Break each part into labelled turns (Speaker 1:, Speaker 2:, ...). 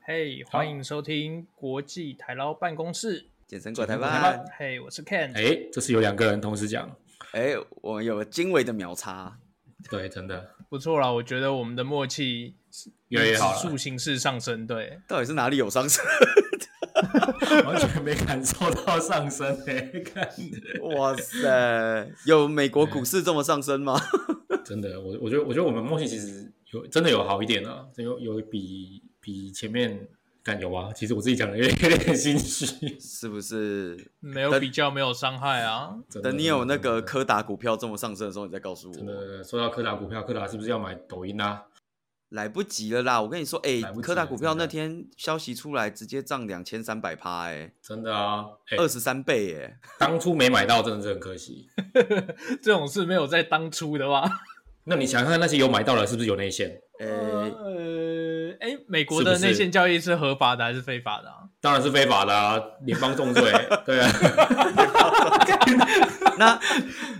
Speaker 1: 嘿欢迎收听国际台捞办公室。
Speaker 2: 简称国台
Speaker 1: 台
Speaker 2: 办
Speaker 1: 湾。嘿我是 Ken。
Speaker 3: 哎，这是有两个人同时讲，
Speaker 2: 哎、我们有个惊为的秒差，
Speaker 3: 对，真的
Speaker 1: 不错啦，我觉得我们的默契
Speaker 3: 越来越好
Speaker 1: 指
Speaker 3: 了
Speaker 1: 数，形式上升，对，
Speaker 2: 到底是哪里有伤势？
Speaker 3: 完全没感受到上升哎、看，
Speaker 2: 哇塞， 有美国股市这么上升吗？
Speaker 3: 真的，我我觉得我觉得我们默契其实有真的有好一点啊，有有比比前面感有啊，其实我自己讲的有点有点心虚，
Speaker 2: 是不是？
Speaker 1: 没有
Speaker 2: 但
Speaker 1: 比较，没有伤害啊。
Speaker 3: 真的
Speaker 2: 等你有那个柯达股票这么上升的时候，你再告诉
Speaker 3: 真
Speaker 2: 我。
Speaker 3: 的说到柯达股票，柯达是不是要买抖音啊？
Speaker 2: 来不及了啦！我跟你说，哎、
Speaker 3: 来不及了
Speaker 2: 柯达股票
Speaker 3: 真的
Speaker 2: 那天消息出来，直接涨两千三百趴，哎、
Speaker 3: 真的啊，哎、
Speaker 2: 二十三倍、哎，
Speaker 3: 当初没买到真的是很可惜。
Speaker 1: 这种事没有在当初的话，
Speaker 3: 那你想想看那些有买到的，是不是有内线？
Speaker 2: 哎、
Speaker 1: 呃，哎，美国
Speaker 3: 是不
Speaker 1: 的
Speaker 3: 是
Speaker 1: 内线交易是合法的还是非法的啊？
Speaker 3: 当然是非法的啊，联邦重 罪，对啊。
Speaker 2: 那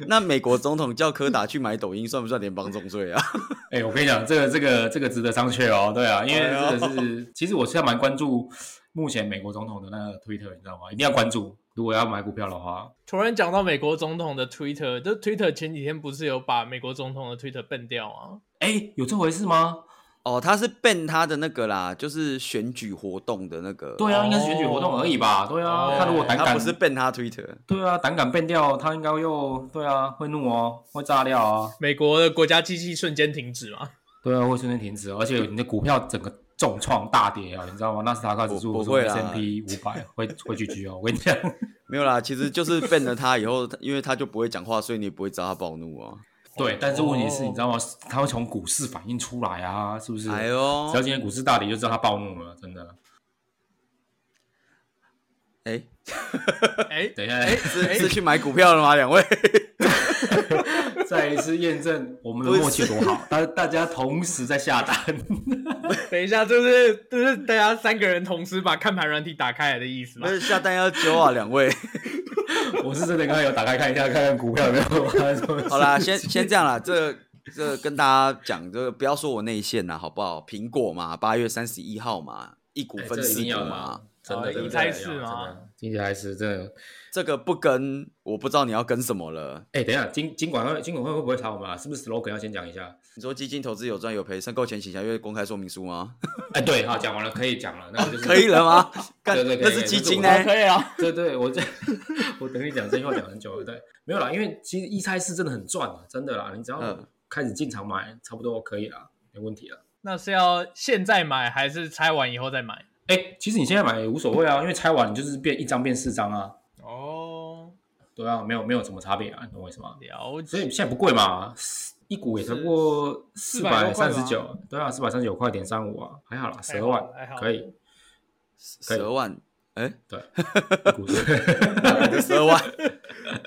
Speaker 2: 那美国总统叫柯达去买抖音，算不算联邦重罪啊？
Speaker 3: 哎、我跟你讲，这个这个这个值得商榷哦，对啊，因为
Speaker 2: 哎
Speaker 3: 这个是，其实我是要蛮关注目前美国总统的那个推特，你知道吗？一定要关注，如果要买股票的话，
Speaker 1: 突然讲到美国总统的 Twitter，就 Twitter 前几天不是有把美国总统的 Twitter ban 掉吗？
Speaker 3: 哎、有这回事吗？
Speaker 2: 哦，他是变他的那个啦，就是选举活动的那个，
Speaker 3: 对啊，应该是选举活动而已吧？对啊，
Speaker 1: 哦
Speaker 3: 他如果胆
Speaker 2: 他
Speaker 3: 敢，
Speaker 2: 不是变他 Twitter。
Speaker 3: 对啊，胆敢变掉，他应该又对啊，会怒哦，会炸掉啊，
Speaker 1: 美国的国家机器瞬间停止 嘛？
Speaker 3: 对啊，会瞬间停止，而且你的股票整个重创大跌啊，你知道吗？纳斯达克指
Speaker 2: 不
Speaker 3: 数
Speaker 2: 不会啦
Speaker 3: S M P 五百会会拒绝哦，我跟你讲，
Speaker 2: 没有啦，其实就是变了他以后，因为他就不会讲话，所以你也不会知道他暴怒啊。
Speaker 3: 对，但是问题是，你知道吗？他会从股市反映出来啊，是不是？只
Speaker 2: 哎
Speaker 3: 要
Speaker 2: 呦，
Speaker 3: 今天股市大跌，就知道他暴怒了，真的。
Speaker 2: 哎，
Speaker 1: 哎，
Speaker 3: 等一下，
Speaker 1: 哎，
Speaker 2: 是
Speaker 1: 哎，
Speaker 2: 是去买股票了吗？两位？
Speaker 3: 再一次验证我们的默契有多好，大大家同时在下单，
Speaker 1: 等一下，就是就是大家三个人同时把看盘软体打开来的意思吗
Speaker 2: 那？下单要揪啊，两位。
Speaker 3: 我是真的刚才有打开看一下，看看股票有没 哎有发生什么事
Speaker 2: 好啦，先先这样啦，这这跟大家讲，这个不要说我内线啦，好不好？苹果嘛，八月三十一号嘛，一股
Speaker 3: 哎
Speaker 2: 分
Speaker 3: 这一
Speaker 2: 四
Speaker 3: 定
Speaker 2: 股
Speaker 3: 要的
Speaker 2: 嘛
Speaker 3: 啊，，真
Speaker 1: 哦
Speaker 3: 的，
Speaker 1: 一开始嘛，
Speaker 3: 一开始真的。
Speaker 2: 这个不跟，我不知道你要跟什么了。
Speaker 3: 哎，等一下，金金管会金管会会不会查我们啊？是不是 slogan 要先讲一下？
Speaker 2: 你说基金投资有赚有赔，申购前请详阅公开说明书吗？
Speaker 3: 哎，对，好，讲完了，可以讲了，那就是
Speaker 2: 哦可以了吗？干
Speaker 3: 对对可以
Speaker 2: 那
Speaker 3: 可
Speaker 2: 是
Speaker 3: 以
Speaker 2: 基
Speaker 3: 这是
Speaker 2: 金
Speaker 3: 我
Speaker 2: 呢
Speaker 3: 的？
Speaker 1: 可以啊，
Speaker 3: 对对，我这 我等你讲这句话讲很久了，对，没有啦，因为其实一拆四真的很赚啊，真的啦，你只要
Speaker 2: 嗯
Speaker 3: 开始进场买，差不多可以啦，没问题啦。
Speaker 1: 那是要现在买还是拆完以后再买？
Speaker 3: 哎、其实你现在买也无所谓啊，因为拆完你就是变一张变四张啊，
Speaker 1: 哦，
Speaker 3: 对啊，没有没有什么差别啊，你懂我意思吗？
Speaker 1: 了
Speaker 3: 所以
Speaker 1: 解。
Speaker 3: 现在不贵嘛，一股也才不过四百三
Speaker 1: 400
Speaker 3: 十
Speaker 1: 多
Speaker 3: 九，对啊，四百三十九块点三五啊，还好啦，十
Speaker 1: 还
Speaker 3: 二
Speaker 1: 好
Speaker 3: 万
Speaker 1: 还好
Speaker 3: 可以，可以
Speaker 2: 十万，哎，
Speaker 3: 对，一股是
Speaker 2: 十二 万，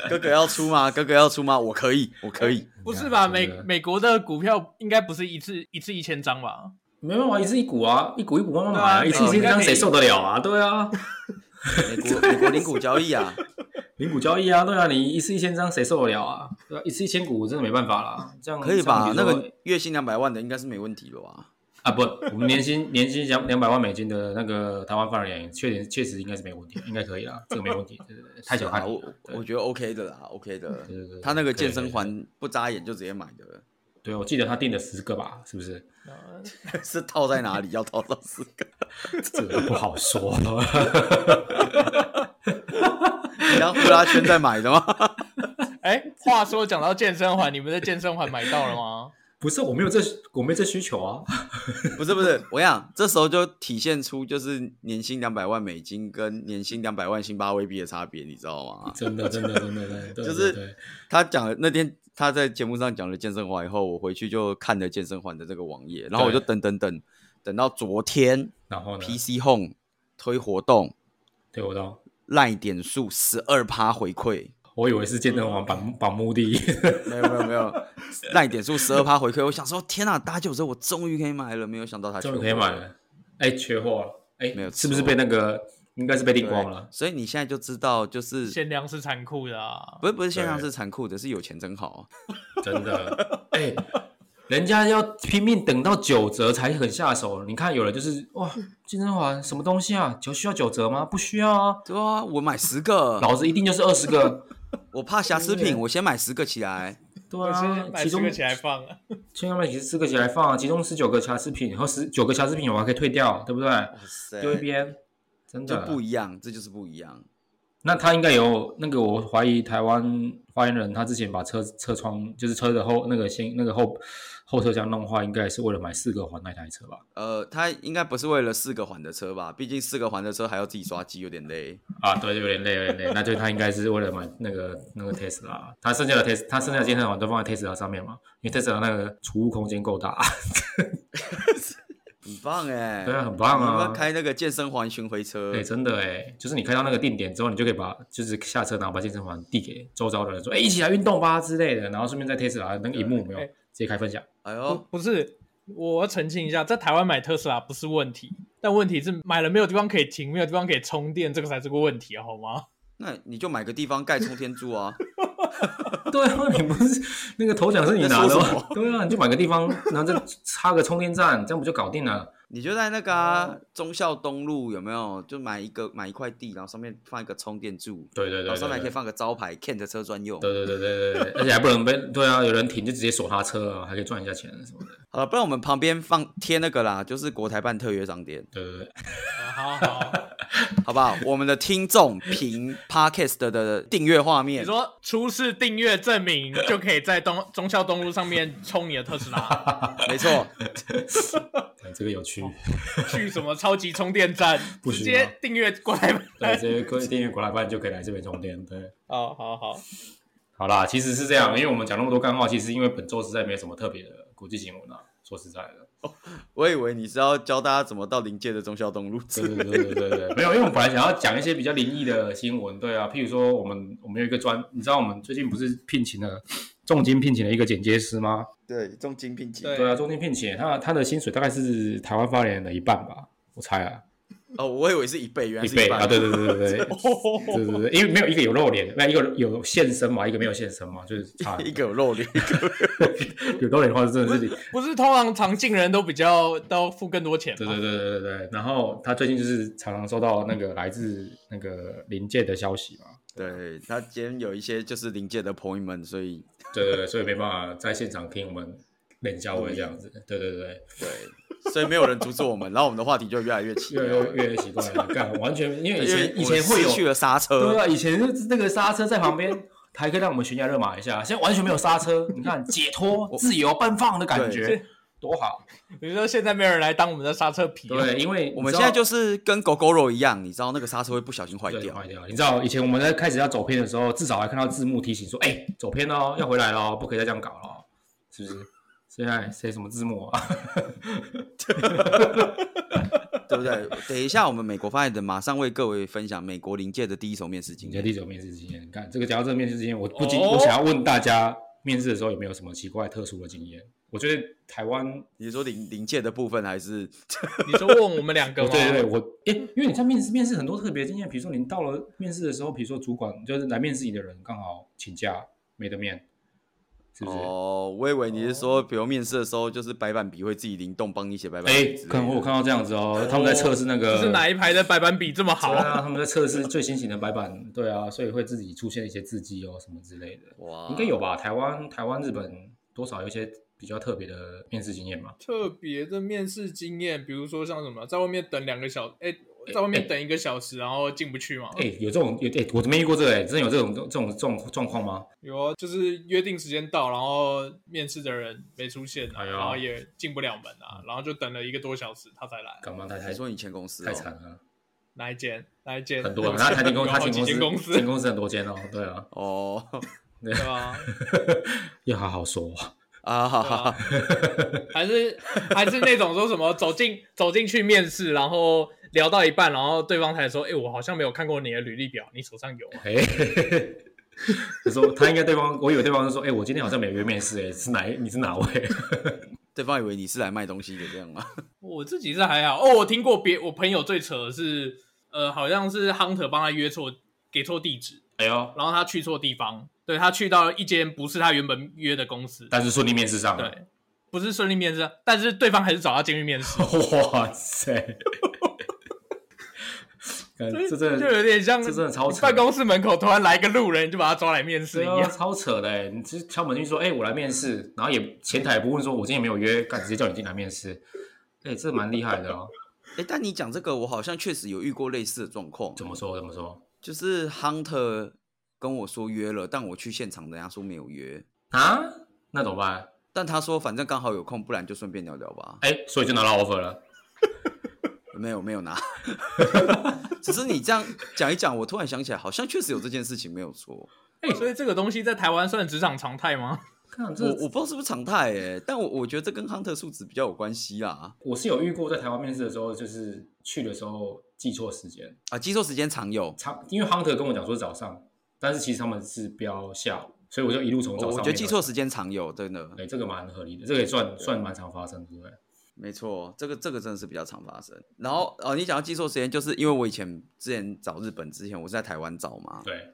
Speaker 2: 哥哥要出吗？哥哥要出吗？我可以，我可以。
Speaker 1: 不是吧？
Speaker 3: 真
Speaker 1: 美
Speaker 3: 的
Speaker 1: 美国的股票应该不是一次一次一千张吧？
Speaker 3: 没办法，一次一股啊，一股一股慢慢买
Speaker 1: 对啊
Speaker 3: 啊，一次一次
Speaker 1: 应该
Speaker 3: 张
Speaker 1: 没
Speaker 3: 谁受得了啊？对啊，
Speaker 2: 美国美国零股交 易啊，
Speaker 3: 零股交易啊，对啊，你一次一千张谁受得了啊？对啊，一次一千股真的没办法啦，这样
Speaker 2: 可以吧？
Speaker 3: 这
Speaker 2: 那
Speaker 3: 样比如说
Speaker 2: 个月薪两百万的应该是没问题了吧？
Speaker 3: 啊不，我们年薪年薪两两百万美金的那个台湾犯人演员，确实确实应该是没问题，应该可以啦，这个没问题，对对对太小
Speaker 2: 是啊
Speaker 3: 看你
Speaker 2: 我
Speaker 3: 了，对
Speaker 2: 我觉得 OK 的啦，OK 的
Speaker 3: 对对对。
Speaker 2: 他那个健
Speaker 3: 可
Speaker 2: 身
Speaker 3: 以
Speaker 2: 环不眨眼就直接买的，
Speaker 3: 对我记得他订了十个吧，是不是？
Speaker 1: 呃
Speaker 2: 是套在哪里？要套到四个，
Speaker 3: 这个不好说，
Speaker 2: 你当呼啦圈在买的 吗？
Speaker 1: 哎、话说讲到健身环，你们的健身环买到了吗？
Speaker 3: 不是我没有这我没有这需求啊，
Speaker 2: 不是不是，我想这时候就体现出就是年薪两百万美金跟年薪两百万辛巴威币的差别，你知道吗？
Speaker 3: 真的真的真的真的，对
Speaker 2: 就是
Speaker 3: 对对
Speaker 2: 他讲了那天他在节目上讲了健身环以后，我回去就看了健身环的这个网页，然后我就等等等等到昨天
Speaker 3: 然后呢？
Speaker 2: PC Home 推活动，
Speaker 3: 对我懂，
Speaker 2: 赖点数十二趴回馈，
Speaker 3: 我以为是健身房绑
Speaker 2: 嗯
Speaker 3: 绑目的，
Speaker 2: 没有没有没有，赖点数十二趴回馈，我想说天啊，打九折我终于可以买了，没有想到他
Speaker 3: 终于可以买了，哎，缺货了，哎，
Speaker 2: 没有
Speaker 3: 是不是被那个应该是被订
Speaker 2: 对
Speaker 3: 光了？
Speaker 2: 所以你现在就知道就是。
Speaker 1: 限量是残酷的啊！
Speaker 2: 不是不是，现象
Speaker 3: 对
Speaker 2: 啊是残酷的，是有钱真好。
Speaker 3: 真的，哎、人家要拼命等到九折才肯下手。你看有人就是哇，金针华什么东西啊？就需要九折吗？不需要啊，
Speaker 2: 对啊，我买十个，
Speaker 3: 老子一定就是二十 个。
Speaker 2: 我怕瑕疵品，我先买十个起来。
Speaker 3: 对
Speaker 1: 我
Speaker 3: 啊
Speaker 1: 先，买这
Speaker 3: 其中
Speaker 1: 个起来放啊。
Speaker 3: 千万买几十个起来放啊，其中十九个瑕疵品，然后十九个瑕疵品我还可以退掉，对不对？
Speaker 2: 哇塞，
Speaker 3: 丢一边，真
Speaker 2: 就
Speaker 3: 的
Speaker 2: 不一样，这就是不一样。
Speaker 3: 那他应该有那个，我怀疑台湾发言人他之前把车车窗就是车的后那个先那个后后车厢弄坏，应该也是为了买四个环那台车吧？
Speaker 2: 呃，他应该不是为了四个环的车吧？毕竟四个环的车还要自己刷机，有点累。
Speaker 3: 啊，对，有点累，有点累。那 就他应该是为了买那个那个 Tesla，他剩下的 Tesla，他剩下的健身环都放在 Tesla 上面嘛，因为 Tesla 那个储物空间够大。
Speaker 2: 哎很棒哎、
Speaker 3: 对啊，很棒
Speaker 2: 你要
Speaker 3: 啊
Speaker 2: 不要。开那个健身环巡回车
Speaker 3: 对，，真的哎，就是你开到那个定点之后，你就可以把就是下车，然后把健身环递给周遭的人说，哎，一起来运动吧之类的，然后顺便在 Tesla 那个荧幕有没有
Speaker 1: 哎
Speaker 3: 直接开分享。
Speaker 2: 哎
Speaker 1: 不
Speaker 2: 呦，
Speaker 1: 不是，我要澄清一下，在台湾买特斯拉不是问题，但问题是买了没有地方可以停，没有地方可以充电，这个才是个问题，好吗？
Speaker 2: 那你就买个地方盖冲天柱啊！
Speaker 3: 对啊，你不是那个头奖是你拿
Speaker 2: 在
Speaker 3: 的
Speaker 2: 说什
Speaker 3: 吗？对啊，你就买个地方，然后再插个充电站，这样不就搞定了？
Speaker 2: 你就在那个、
Speaker 3: 哦
Speaker 2: 啊、忠孝东路有没有？就买一个买一块地，然后上面放一个充电柱，
Speaker 3: 对对对
Speaker 2: 然后
Speaker 3: 对
Speaker 2: 上面还可以
Speaker 3: 对
Speaker 2: 放个招牌，Kent 车专用。
Speaker 3: 对对对对对对， 而且还不能被对啊，有人停就直接锁他车啊，还可以赚一下钱什么的。
Speaker 2: 好了，不然我们旁边放贴那个啦，就是国台办特约商店，
Speaker 3: 对对对，
Speaker 1: 啊好好，
Speaker 2: 好不好？我们的听众 凭 Podcast 的的订阅画
Speaker 1: 你
Speaker 2: 面，
Speaker 1: 说出示订阅证明就可以在东忠孝东路上面充你的特斯 拉，
Speaker 2: 没错，
Speaker 3: 哎这个有趣，
Speaker 1: 去什么超级充电站，
Speaker 3: 不
Speaker 1: 直
Speaker 3: 行啊
Speaker 1: 接订阅过来吧。
Speaker 3: 对，这些各位订阅国来办就可以来这边充电。对，
Speaker 1: 哦，好好，
Speaker 3: 好啦，其实是这样，因为我们讲那么多干话，其实因为本周实在没有什么特别的国际新闻啊。说实在 的，
Speaker 2: 我以为你是要教大家怎么到临界的忠孝东路 之
Speaker 3: 对
Speaker 2: 类的
Speaker 3: 对对对对对，没有，因为我们本来想要讲一些比较灵异的新闻，对啊，譬如说我们我们有一个专，你知道我们最近不是聘请了重金聘请了一个剪接师吗？
Speaker 2: 对，重金聘请。
Speaker 1: 对
Speaker 3: 对啊，中间聘请他他的薪水大概是台湾发言人的一半吧，我猜啊，
Speaker 2: 哦，我以为是一倍，原来
Speaker 3: 一
Speaker 2: 是
Speaker 3: 倍
Speaker 2: 半
Speaker 3: 啊，对对对对对 对
Speaker 1: 哦
Speaker 3: 对对，因为没有一个有露脸，那一个有现身嘛，一个没有现身嘛，就是差
Speaker 2: 一个有露脸，
Speaker 3: 有露脸的话，真的是
Speaker 1: 不是通常常进人都比较都付更多钱
Speaker 3: 对
Speaker 1: 吗？
Speaker 3: 对对对对对。然后他最近就是常常收到那个来自那个临界的消息嘛，
Speaker 2: 对他今天有一些就是临界的 appointment，所以
Speaker 3: 对对对，所以没办法在现场听我们冷笑话这样子，对对对，
Speaker 2: 对，所以没有人阻止我们，然后我们的话题就越来越奇
Speaker 3: 越
Speaker 2: 妙
Speaker 3: 来，越越来越奇怪了，干完全因为以
Speaker 2: 啊因为
Speaker 3: 前以前会
Speaker 2: 我
Speaker 3: 有
Speaker 2: 失去了刹
Speaker 3: 对
Speaker 2: 车，
Speaker 3: 啊，以前是那个刹车在旁边，还可以让我们悬崖勒马一下，现在完全没有刹车，你看解脱、自由奔放的感觉
Speaker 1: 对，
Speaker 3: 多好。
Speaker 1: 你说现在没有人来当我们的刹车皮啊，
Speaker 3: 对，因为
Speaker 2: 我们现在就是是跟狗狗肉一样，你知道那个刹车会不小心坏
Speaker 3: 对
Speaker 2: 掉，
Speaker 3: 坏掉。你知道以前我们在开始要走偏的时候，至少还看到字幕提醒说：“哎、走偏哦，要回来喽，不可以再这样搞了，哦是不是？”现在谁什么字幕啊？
Speaker 2: 对不对？等一下，我们美国发言人马上为各位分享美国临界的第一手面试经
Speaker 3: 紧接
Speaker 2: 验。
Speaker 3: 第九面试经验，看这个讲到这个面试经验，我不仅、
Speaker 1: 哦
Speaker 3: 我想要问大家，面试的时候有没有什么奇怪特殊的经验？我觉得台湾
Speaker 2: 你说临临界的部分还是
Speaker 1: 你说问我们两个
Speaker 3: 哦
Speaker 1: 吗？
Speaker 3: 对对，我诶，因为你在面试面试很多特别经验，比如说你到了面试的时候，比如说主管就是来面试你的人刚好请假没得面，是不是？
Speaker 2: 哦，我以为你是说，比如面试的时候，就是白板笔会自己灵动帮你写白板
Speaker 3: 诶，
Speaker 2: 笔之类的。
Speaker 3: 可能我有看到这样子哦，他们在测试那个
Speaker 1: 这是哪一排的白板笔这么好
Speaker 3: 对？啊，他们在测试最新型的白板，对啊，所以会自己出现一些字迹哦什么之类的，
Speaker 2: 哇，
Speaker 3: 应该有吧？台湾、台湾、日本多少有一些比较特别的面试经验嘛？
Speaker 1: 特别的面试经验，比如说像什么，在外面等两个小，哎、在外面等一个小时，然后进不去嘛？
Speaker 3: 诶，哎有这种有诶，我怎么没遇过这个？诶，哎真的有这种这种这种状况吗？
Speaker 1: 有啊，就是约定时间到，然后面试的人没出现、啊，
Speaker 3: 哎呦嗯
Speaker 1: 然后也进不了门啊，然后就等了一个多小时，他才来。
Speaker 3: 干嘛太太
Speaker 2: 你说你前公司、哦、
Speaker 3: 太惨了。
Speaker 1: 哪一间？哪一间？
Speaker 3: 很多，啊那台电 公
Speaker 1: 有
Speaker 3: 他
Speaker 1: 好
Speaker 3: 前
Speaker 1: 几间
Speaker 3: 公
Speaker 1: 公
Speaker 3: 司
Speaker 1: 司，
Speaker 3: 前公司很多间哦，对啊，
Speaker 2: 哦
Speaker 1: 对吧？
Speaker 3: 要好好说。哦
Speaker 2: 啊，
Speaker 1: 对
Speaker 2: 哈哈
Speaker 1: 啊
Speaker 2: 哈，
Speaker 1: 还是还是那种说什么走进走进去面试，然后聊到一半，然后对方才说：“哎、我好像没有看过你的履历表，你手上有吗
Speaker 3: 哎， 他说他应该对方，我以为对方是说，哎，我今天好像没约面试，哎，是哪一？你是哪位？
Speaker 2: 对方以为你是来卖东西的，这样吗？
Speaker 1: 我自己是还好哦，我听过别我朋友最扯的是，呃，好像是 Hunter 帮他约错，给错地址，
Speaker 3: 哎呦，
Speaker 1: 然后他去错地方，对他去到一间不是他原本约的公司，
Speaker 3: 但是顺利面试上了，
Speaker 1: 对，不是顺利面试啊，但是对方还是找他进去面 试，
Speaker 3: 哇塞！ 感觉这真
Speaker 1: 就
Speaker 3: 的
Speaker 1: 有点像
Speaker 3: 这真的超扯
Speaker 1: 办公室门口突然来一个路人，你就把他抓来面试一
Speaker 3: 对啊，
Speaker 1: 样。
Speaker 3: 超扯的欸！你直接敲门进去说：“哎、我来面试。”然后也前台也不问说：“我今天没有约，干直接叫你进来面试。”哎、这蛮厉害的哦。
Speaker 2: 哎、但你讲这个，我好像确实有遇过类似的状况，
Speaker 3: 怎么说？怎么说
Speaker 2: 就是 Hunter 跟我说约了，但我去现场，人家说没有约，
Speaker 3: 啊？那怎么办？
Speaker 2: 但他说反正刚好有空，不然就顺便聊聊吧。
Speaker 3: 哎、所以就拿到 offer 了。
Speaker 2: 没有没有拿， 只是你这样讲一讲，我突然想起来，好像确实有这件事情没有错。
Speaker 1: 哎、
Speaker 3: 啊
Speaker 1: 所以这个东西在台湾算职场常态 吗？
Speaker 3: 看这
Speaker 2: 我我不知道是不是常态哎、但我我觉得这跟 Hunter 数值比较有关系啦。
Speaker 3: 我是有遇过，在台湾面试的时候，就是去的时候记错时间，
Speaker 2: 啊，接受时间常有，
Speaker 3: 他因为 hunter 跟我讲说早上，但是其实他们是标下午，所哦以我就一路从
Speaker 2: 我
Speaker 3: 早上、
Speaker 2: 我觉得记错，时间常有，真的
Speaker 3: 对，这个蛮合理的，这个也算算蛮常发生的，对不对？
Speaker 2: 没错，这个这个真的是比较常发生。然后哦，你讲到记错时间，就是因为我以前之前找日本之前，我是在台湾找嘛，
Speaker 3: 对，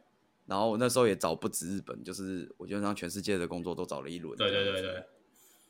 Speaker 2: 然后我那时候也找不止日本，就是我基本上全世界的工作都找了一轮，
Speaker 3: 对对对对，嗯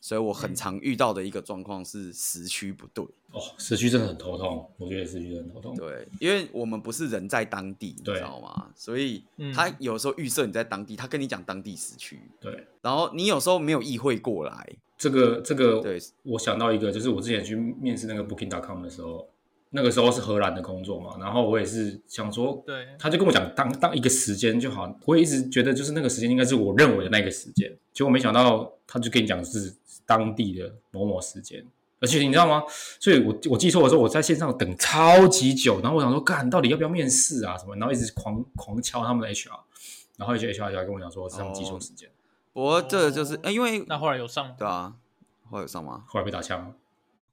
Speaker 2: 所以我很常遇到的一个状况是时区不对。
Speaker 3: 哦，时区真的很头痛，我觉得时区真的很头痛。
Speaker 2: 对，因为我们不是人在当地，你
Speaker 3: 嗯对
Speaker 2: 知道吗？所以
Speaker 1: 嗯
Speaker 2: 他有时候预设你在当地，他跟你讲当地时区，
Speaker 3: 对，
Speaker 2: 然后你有时候没有意会过来。
Speaker 3: 这个这个，
Speaker 2: 对，
Speaker 3: 我想到一个，就是我之前去面试那个 Booking.com 的时候，那个时候是荷兰的工作嘛，然后我也是想说，
Speaker 1: 对，
Speaker 3: 他就跟我讲当当一个时间就好，我也一直觉得就是那个时间应该是我认为的那个时间，结果没想到他就跟你讲是当地的某某时间，而且你知道吗？所以我我记错的时候，我在线上等超级久，然后我想说，干到底要不要面试啊什么，然后一直狂狂敲他们的 HR，然后一些 HR 就来跟我讲说是他们记错时间，
Speaker 2: 不过这个就是、
Speaker 1: 哦
Speaker 2: 呃因为
Speaker 1: 那后来有上吗
Speaker 2: 对啊，会有上吗？
Speaker 3: 后来被打
Speaker 2: 哦
Speaker 3: 枪，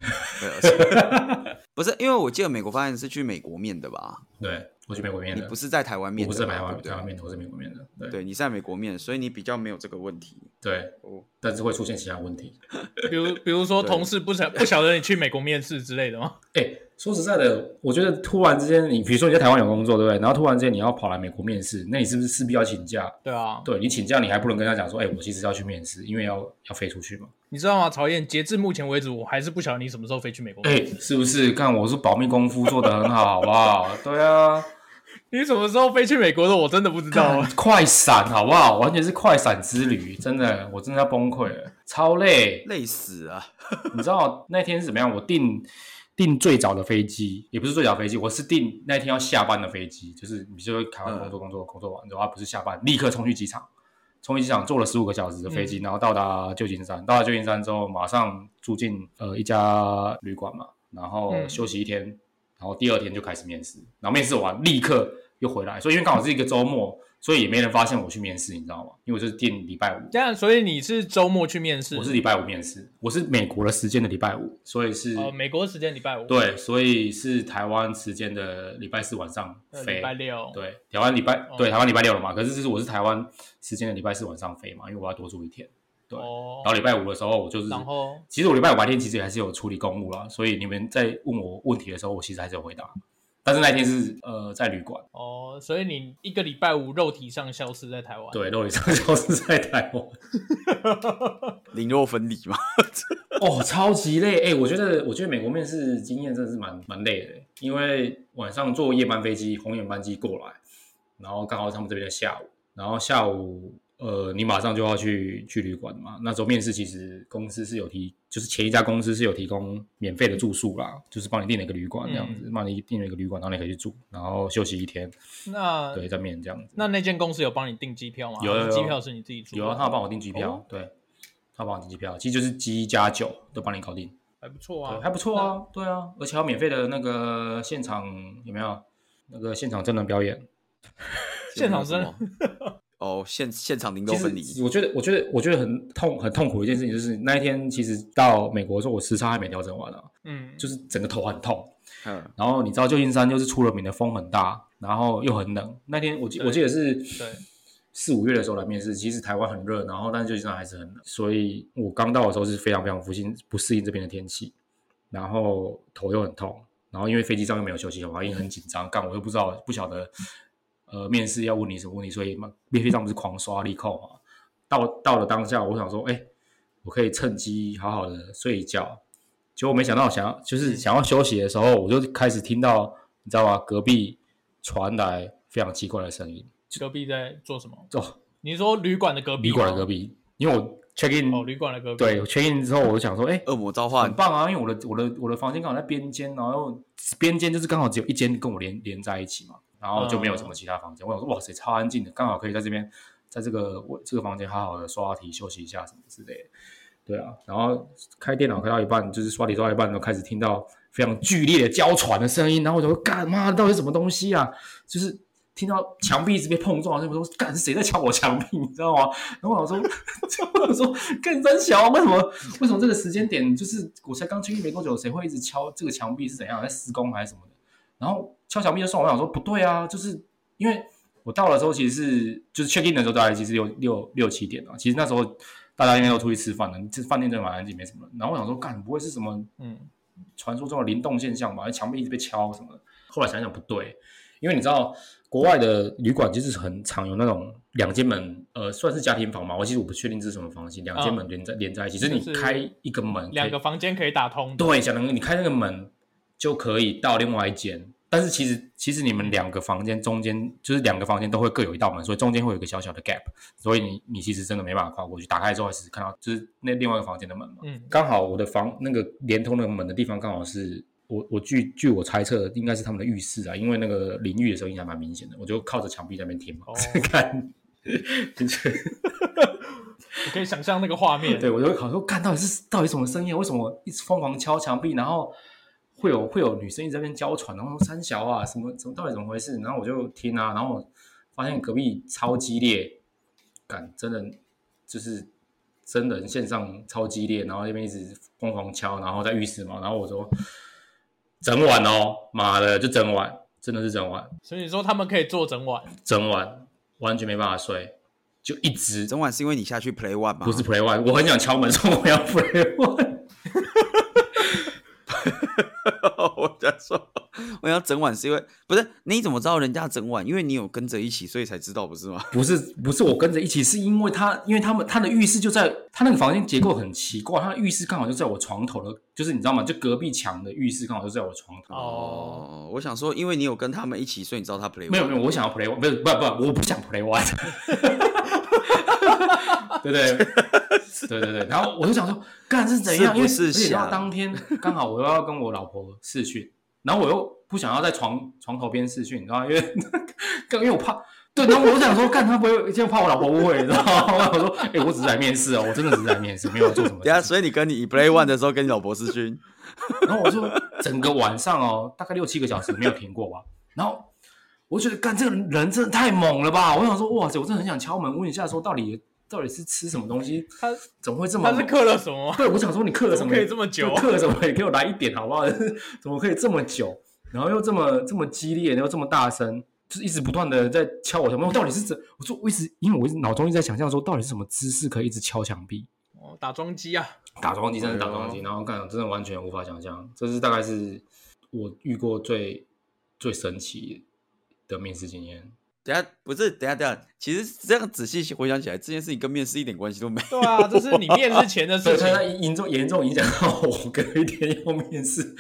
Speaker 2: 会 有上不是，因为我记得美国发言是去美国面的吧？
Speaker 3: 对我去美国面
Speaker 2: 你
Speaker 3: 的，
Speaker 2: 不是在台湾面
Speaker 3: 我
Speaker 2: 的
Speaker 3: 不
Speaker 2: 吧，
Speaker 3: 是在台湾
Speaker 2: 对不对
Speaker 3: 台湾面的，我是美国面的，对
Speaker 2: 对，你是在美国面，所以你比较没有这个问题。
Speaker 3: 对
Speaker 2: 哦，
Speaker 3: 但是会出现其他问题。
Speaker 1: 比 如比如说
Speaker 2: 对
Speaker 1: 同事不晓不晓得你去美国面试之类的吗？
Speaker 3: 哎、说实在的，我觉得突然之间，你比如说你在台湾有工作，对不对？然后突然之间你要跑来美国面试，那你是不是势必要请假？
Speaker 1: 对啊，
Speaker 3: 对你请假，你还不能跟他讲说，哎、我其实要去面试，因为要要飞出去嘛。
Speaker 1: 你知道吗？曹燕，截至目前为止，我还是不晓得你什么时候飞去美国。
Speaker 3: 哎、是不是？看我是保密功夫做得很好，好不好？对 啊，
Speaker 1: 你什么时候飞去美国的？我真的不知道
Speaker 3: 干
Speaker 1: 啊。
Speaker 3: 快闪，好不好？完全是快闪之旅，真的，我真的要崩溃了，超累。
Speaker 2: 累死啊！
Speaker 3: 你知道那天是怎么样？我订订最早的飞机，也不是最早飞机，我是订那天要下班的飞机。就是你就台湾工作工作工作完之后，他不是下班，立刻冲去机场，冲去机场坐了十五个小时的飞机，然后到达旧金山。到达旧金山之后，马上住进呃一家旅馆嘛，然后
Speaker 1: 嗯
Speaker 3: 休息一天，然后第二天就开始面试，然后面试完立刻又回来。所以因为刚好是一个周末，所以也没人发现我去面试，你知道吗？因为我就是订礼拜五。
Speaker 1: 这样，所以你是周末去面试？
Speaker 3: 我是礼拜五面试，我是美国的时间的礼拜五，所以是、
Speaker 1: 呃，美国时间礼拜五，
Speaker 3: 对，所以是台湾时间的礼拜四晚上
Speaker 1: 呃，
Speaker 3: 飞。
Speaker 1: 礼拜六，
Speaker 3: 对，台湾礼拜、
Speaker 1: 哦
Speaker 3: 对台湾礼拜六了嘛，可是就是我是台湾时间的礼拜四晚上飞嘛，因为我要多住一天。对
Speaker 1: 哦
Speaker 3: 然，后礼拜五的时候，我就是，
Speaker 1: 然后
Speaker 3: 其实我礼拜五白天其实也还是有处理公务啦，所以你们在问我问题的时候，我其实还是有回答。但是那天是呃在旅馆，
Speaker 1: 哦，所以你一个礼拜五肉体上消失在台湾，
Speaker 3: 对，肉体 上交是在台湾，
Speaker 2: 零落分离嘛，
Speaker 3: 哦，超级累哎、我觉得，我觉得美国面试经验真的是蛮蛮累的、因为晚上坐夜班飞机，红眼班机过来，然后刚好他们这边的下午，然后下午呃，你马上就要去去旅馆嘛。那时候面试其实公司是有提，就是前一家公司是有提供免费的住宿啦，就是帮你订了一个旅馆这样子，帮、你订了一个旅馆，然后你可以去住，然后休息一天，
Speaker 1: 那
Speaker 3: 对，在面这样子。
Speaker 1: 那那间公司有帮你订机票吗？
Speaker 3: 有
Speaker 1: 还是
Speaker 3: 有有
Speaker 1: 机票是你自己出的，
Speaker 3: 有啊，他有帮我订机票，
Speaker 1: 哦
Speaker 3: 对，他帮我订机票，其实就是机加酒都帮你搞定。
Speaker 1: 还不错
Speaker 3: 对
Speaker 1: 啊
Speaker 3: 还。不错啊，对啊，而且还有免费的那个现场有没有？那个现场真人表演，
Speaker 1: 现场真
Speaker 2: 什么 哦，现现场零落
Speaker 3: 其
Speaker 2: 分离，
Speaker 3: 实我觉得，我觉得，我觉得很痛，很痛苦的一件事情就是那一天，其实到美国的时候，我时差还没调整完啊，
Speaker 1: 嗯，
Speaker 3: 就是整个头很痛。
Speaker 2: 嗯，
Speaker 3: 然后你知道旧金山又是出了名的风很大，然后又很冷。那天我记
Speaker 1: 对
Speaker 3: 我记得是
Speaker 1: 对
Speaker 3: 四五月的时候来面试，其实台湾很热，然后但是旧金山还是很冷，所以我刚到的时候是非常非常不适应不适应这边的天气，然后头又很痛，然后因为飞机上又没有休息，我因为很紧张，干我又不知道不晓得呃面试要问 你什么问题，所以嘛，飞机上不是狂刷力扣嘛，到到了当下，我想说，哎、我我可以趁机好好的睡一觉。结果没想到想要就是想要休息的时候，我就开始听到你知道吗？隔壁传来非常奇怪的声音，
Speaker 1: 隔壁在做什么？
Speaker 3: 哦，
Speaker 1: 你是说旅馆的隔壁？
Speaker 3: 旅馆的隔。壁，因为我 check in，、
Speaker 1: 哦，旅馆的隔壁。
Speaker 3: 对我 check in 之后，我就想说，哎、
Speaker 2: 恶魔召
Speaker 3: 很
Speaker 2: 唤，
Speaker 3: 棒啊！因为我的我的我的房间刚好在边间，然后边间就是刚好只有一间跟我连连在一起嘛，然后就没有什么其他房间。我想说，哇塞，超安静的，刚好可以在这边，在这个我这个房间好好的刷题休息一下什么之类的。对啊，然后开电脑开到一半，就是刷题刷到一半，然后开始听到非常剧烈的娇喘的声音，然后我就说干妈到底是什么东西啊？就是听到墙壁一直被碰撞的声音，我说干是谁在敲我墙壁，你知道吗？然后我想说， 我想说更真小，为什么为什么这个时间点就是我才刚进去没多久，谁会一直敲这个墙壁是怎样在施工还是什么的？然后敲墙壁就算，我想说不对啊，就是因为我到的时候其实是就是 check in 的时候大概其实六六六七点了，啊其实那时候大家应该都出去吃饭了，这饭店真的蛮安静，没什么人。然后我想说，干不会是什么
Speaker 1: 嗯，
Speaker 3: 传说中的灵动现象吧，墙壁一直被敲什么的。后来想想不对，因为你知道国外的旅馆就是很常有那种两间门，呃，算是家庭房嘛，我其实我不确定这是什么房型，两间门连在、连在一起，就是你
Speaker 1: 啊就是
Speaker 3: 开一个门，
Speaker 1: 两个房间可以打通的。
Speaker 3: 对，小能你开那个门就可以到另外一间，但是其实其实你们两个房间中间就是两个房间都会各有一道门，所以中间会有一个小小的 gap，所以你你其实真的没办法跨过去。打开之后还是看到就是那另外一个房间的门嘛。
Speaker 1: 嗯，
Speaker 3: 刚好我的房那个连通那个门的地方刚好是我我据据我猜测应该是他们的浴室啊，因为那个淋浴的时候应该蛮明显的，我就靠着墙壁在那边听嘛，
Speaker 1: 哦
Speaker 3: 看，就是
Speaker 1: 我可以想象那个画面。
Speaker 3: 对，我就会考说，看到底是到底什么声音啊？为什么一直疯狂敲墙壁，然后会有会有女生一直在那边娇喘，然后三小啊，什么怎么到底怎么回事？然后我就听啊，然后我发现隔壁超激烈，干真人就是真人线上超激烈，然后那边一直疯狂敲，然后在浴室嘛，然后我说整晚哦，妈的，就整晚，真的是整晚，
Speaker 1: 所以你说他们可以坐整晚，
Speaker 3: 整晚完全没办法睡，就一直
Speaker 2: 整晚是因为你下去 play one 嘛？
Speaker 3: 不是 Play One，我很想敲门说我要 Play One。
Speaker 2: 我想说，我想整晚是因为不是？你怎么知道人家整晚？因为你有跟着一起，所以才知道，不是吗？
Speaker 3: 不是不是我跟着一起，是因为他，因为他们他的浴室就在他那个房间结构很奇怪，他的浴室刚好就在我床头的，就是你知道吗？就隔壁墙的浴室刚好就在我床头。
Speaker 1: 哦，
Speaker 2: 我想说，因为你有跟他们一起，所以你知道他 play one。
Speaker 3: 没有没有，我想要 play one，不是不不，我不想 play one。对对 对对对，然后我就想说，干是怎样？
Speaker 2: 是不是
Speaker 3: 因为而且你知道
Speaker 2: 想
Speaker 3: 当天刚好我又要跟我老婆试训，然后我又不想要在床床头边试训，你知道吗？因为因为我怕。对，然后我就想说，干他不会，就怕我老婆误会，你知道吗？我说，哎、我只是来面试哦，我真的只是来面试，没有做什么事情。
Speaker 2: 等一下，所以你跟你 play one 的时候，跟你老婆视讯，
Speaker 3: 然后我就整个晚上哦，大概六七个小时没有停过吧。然后我就觉得，干这个人真的太猛了吧！我想说，哇塞，我真的很想敲门问一下，说到底到底是吃什么东西，
Speaker 1: 他
Speaker 3: 怎么会这么
Speaker 1: 他
Speaker 3: 猛
Speaker 1: 是刻了什么吗？
Speaker 3: 对，我想说你刻了什
Speaker 1: 怎
Speaker 3: 么？
Speaker 1: 么可以这么久
Speaker 3: 对刻了什么？也给我来一点好不好？ 怎么可以这么久？然后又这么这么激烈，然后这么大声，就是一直不断的在敲我墙壁。我到底是怎？我说我一直，因为我一直脑中一直在想象说，到底是什么姿势可以一直敲墙壁？
Speaker 1: 哦，打桩机啊，
Speaker 3: 打桩机，真的打桩机，然后干，真的完全无法想象，这是大概是我遇过最最神奇的面试经验。
Speaker 2: 等一下不是，等一下等一下，其实这样仔细回想起来，这件事情跟面试一点关系 都没有。
Speaker 1: 对啊，这是你面试前的
Speaker 3: 所
Speaker 1: 事
Speaker 3: 以
Speaker 1: 情。
Speaker 3: 它严重严重影响到我隔一天要面试。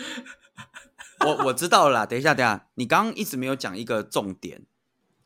Speaker 2: 我我知道了啦，等一下等一下，你刚刚一直没有讲一个重点，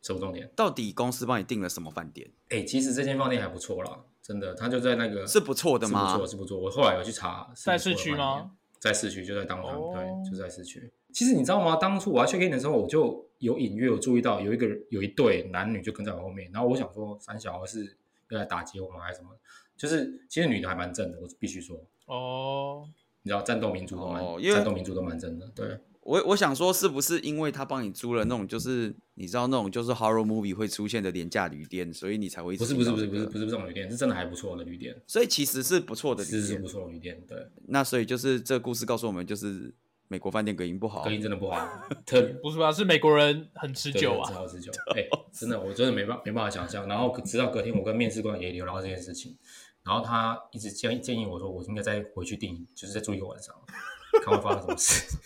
Speaker 3: 什么重点？
Speaker 2: 到底公司帮你订了什么饭店？
Speaker 3: 哎、其实这间饭店还不错啦，真的，它就在那个
Speaker 2: 是不错的
Speaker 3: 是
Speaker 2: 吗
Speaker 3: 不错，？是不错。我后来有去查，是
Speaker 1: 在
Speaker 3: 不错的
Speaker 1: 市区
Speaker 3: 饭店
Speaker 1: 吗？
Speaker 3: 在市区，就在当堂，
Speaker 1: 哦
Speaker 3: 对，就在市区。其实你知道吗？当初我要 check in 的时候，我就有隐约有注意到有一个有一对男女就跟在我后面，然后我想说，三小孩是要来打劫我们还是什么？就是其实女的还蛮正的，我必须说，
Speaker 1: 哦，
Speaker 3: 你知道战斗民族都蛮、
Speaker 2: 哦因为
Speaker 3: 战斗民族都蛮正的，对。
Speaker 2: 我我想说，是不是因为他帮你租了那种，就是你知道那种就是 horror movie 会出现的廉价旅店，所以你才会一直
Speaker 3: 不是不是不是
Speaker 2: 订
Speaker 3: 不
Speaker 2: 到这
Speaker 3: 是
Speaker 2: 个
Speaker 3: 不是这种旅店，是真的还不错的旅店，
Speaker 2: 所以其实是不错的
Speaker 3: 是
Speaker 2: 旅
Speaker 3: 是
Speaker 2: 店
Speaker 3: 不。错的旅店，对，
Speaker 2: 那所以就是这个故事告诉我们，就是美国饭店隔音不好
Speaker 3: 隔。音真的不好，特
Speaker 1: 不是吧？是美国人很持
Speaker 3: 对
Speaker 1: 久
Speaker 3: 只
Speaker 1: 啊。
Speaker 3: 好持久。哎、真的，我真的没办没办法想象。然后直到隔天，我跟面试官也聊到这件事情，然后他一直建议建议我说，我应该再回去订，就是再住一个晚上，看会发生什么事。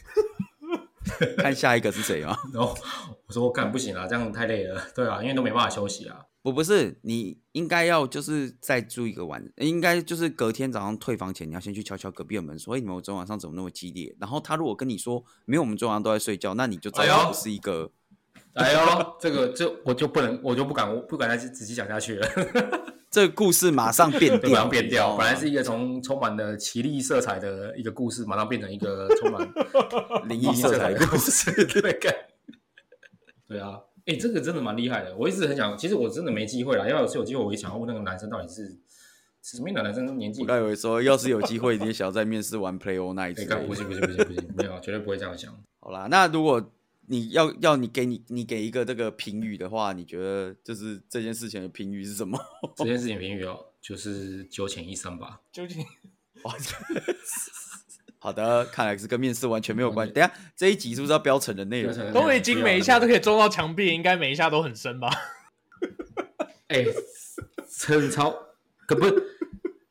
Speaker 2: 看下一个是谁啊？
Speaker 3: 然后我说，干不行啦，这样太累了，对啊，因为都没办法休息啊。
Speaker 2: 不不是，你应该要就是再住一个晚，应该就是隔天早上退房前，你要先去敲敲隔壁的门，说，哎、你们昨天晚上怎么那么激烈？然后他如果跟你说没有，我们昨天晚上都在睡觉，那你就知
Speaker 3: 哎
Speaker 2: 道
Speaker 3: 呦
Speaker 2: 不是一个。
Speaker 3: 哎呦，这个这我就不能，我就不敢，我不敢再仔细讲下去了，
Speaker 2: 这个故事马上 变
Speaker 3: 马
Speaker 2: 调，
Speaker 3: 上变哦掉。
Speaker 2: 你知道吗
Speaker 3: 本来是一个从充满了奇丽色彩的一个故事，马上变成一个充满
Speaker 2: 灵
Speaker 3: 哦
Speaker 2: 异色 彩的故事。
Speaker 3: 事，对干。对啊，哎、这个真的蛮厉害的。我一直很想，其实我真的没机会啦。要是有机会，我也想要问那个男生到底是是什么样的男生，年纪
Speaker 2: 我刚以为说，要是有机会，你也想要在面试玩 Play All Night 之
Speaker 3: 哎，
Speaker 2: 类的
Speaker 3: 干不行不行不行不行，没有，绝对不会这样想。
Speaker 2: 好啦，那如果你要要你给你你给一个这个评语的话，你觉得就是这件事情的评语是什么？
Speaker 3: 这件事情评语哦，就是九浅一深 吧。
Speaker 1: 究竟
Speaker 2: 好的，看来是跟面试完全没有关系。等一下这一集是不是要标成人内容？
Speaker 1: 东北京每一下都可以撞到墙壁，应该每一下都很深吧？
Speaker 3: 哎，很超，可不是，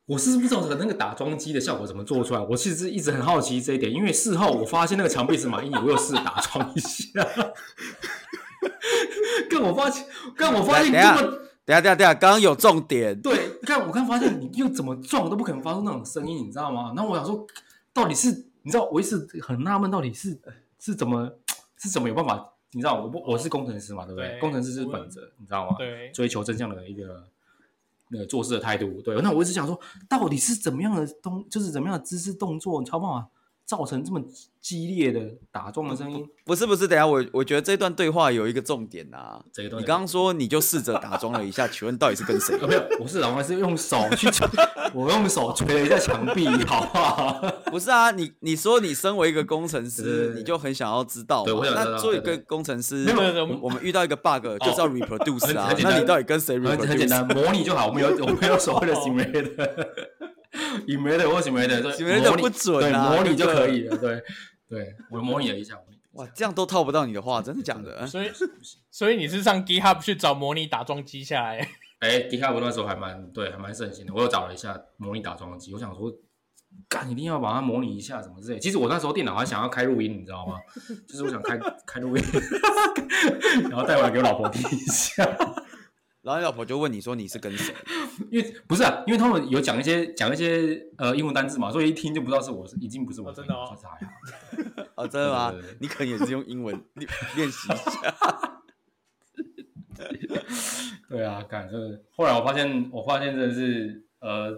Speaker 3: 我是不知道那个那个打桩机的效果怎么做出来。我其实一直很好奇这一点，因为事后我发现那个墙壁是蛮硬的，我有试着打桩一下。 干我发现，干我发现
Speaker 2: 等一下
Speaker 3: 这么
Speaker 2: 等一下等一下等一下，刚刚有重点，
Speaker 3: 对，干我刚发现你又怎么撞都不可能发出那种声音，你知道吗？然后我想说，到底是你知道，我一直很纳闷，到底是是怎么是怎么有办法？你知道，我不我是工程师嘛，对不对？
Speaker 1: 对
Speaker 3: 工程师是
Speaker 1: 我
Speaker 3: 本着你知道吗？
Speaker 1: 对
Speaker 3: 追求真相的一个那个做事的态度。对，那我一直想说，到底是怎么样的动，就是怎么样的姿势动作，你才有办法造成这么激烈的打撞的声音？
Speaker 2: 不是不是，等一下我我觉得这段对话有一个重点啊。
Speaker 3: 这个东
Speaker 2: 你
Speaker 3: 西
Speaker 2: 刚刚说你就试着打桩了一下，请问到底是跟谁？
Speaker 3: 啊，没有，我是老王，是用手去捶， 我用手捶了一下墙壁，好不好？
Speaker 2: 不是啊，你你说你身为一个工程
Speaker 3: 对对
Speaker 2: 师，
Speaker 3: 对
Speaker 2: 你就很想要知道嘛。
Speaker 3: 对我想知道
Speaker 2: 那作为一
Speaker 3: 对
Speaker 2: 个
Speaker 3: 对
Speaker 2: 工程师
Speaker 1: 没有没有没有我们，
Speaker 2: 我们遇到一个 bug 就是要 reproduce 啊
Speaker 3: 哦很，简单
Speaker 2: 那你到底跟谁
Speaker 3: 很很简
Speaker 2: reproduce？
Speaker 3: 单，哦模拟就好，我们有我们有所谓的 simulator、simulator 或 simulator，对
Speaker 2: simulator
Speaker 3: 模拟
Speaker 2: 不准啊
Speaker 3: 对，模拟就
Speaker 2: 对不
Speaker 3: 可
Speaker 2: 对
Speaker 3: 以了，对对，我模拟了一下，我模拟了一
Speaker 2: 哇
Speaker 3: 下，
Speaker 2: 这样都套不到你的话，真的假的？
Speaker 1: 所以，所以你是上 GitHub 去找模拟打桩机下来？
Speaker 3: 哎迪卡我那时候还蛮对，还蛮盛行的，我又找了一下模拟打桩机，我想说。干，一定要把它模拟一下，什么之类。其实我那时候电脑还想要开录音，你知道吗？就是我想开开录音， 然后带回来给我老婆听一下。
Speaker 2: 然后你老婆就问你说你是跟谁？
Speaker 3: 因为不是啊，因为他们有讲一些讲一些呃英文单字嘛，所以一听就不知道是我，已经不是我
Speaker 1: 哦
Speaker 3: 声
Speaker 1: 真
Speaker 3: 音
Speaker 1: 的
Speaker 3: 了，
Speaker 1: 哦
Speaker 3: 就是还好。
Speaker 2: 哦，真的吗
Speaker 3: 对对对？
Speaker 2: 你可能也是用英文练练习一下。
Speaker 3: 对啊，感就是后来我发现，我发现真的是呃，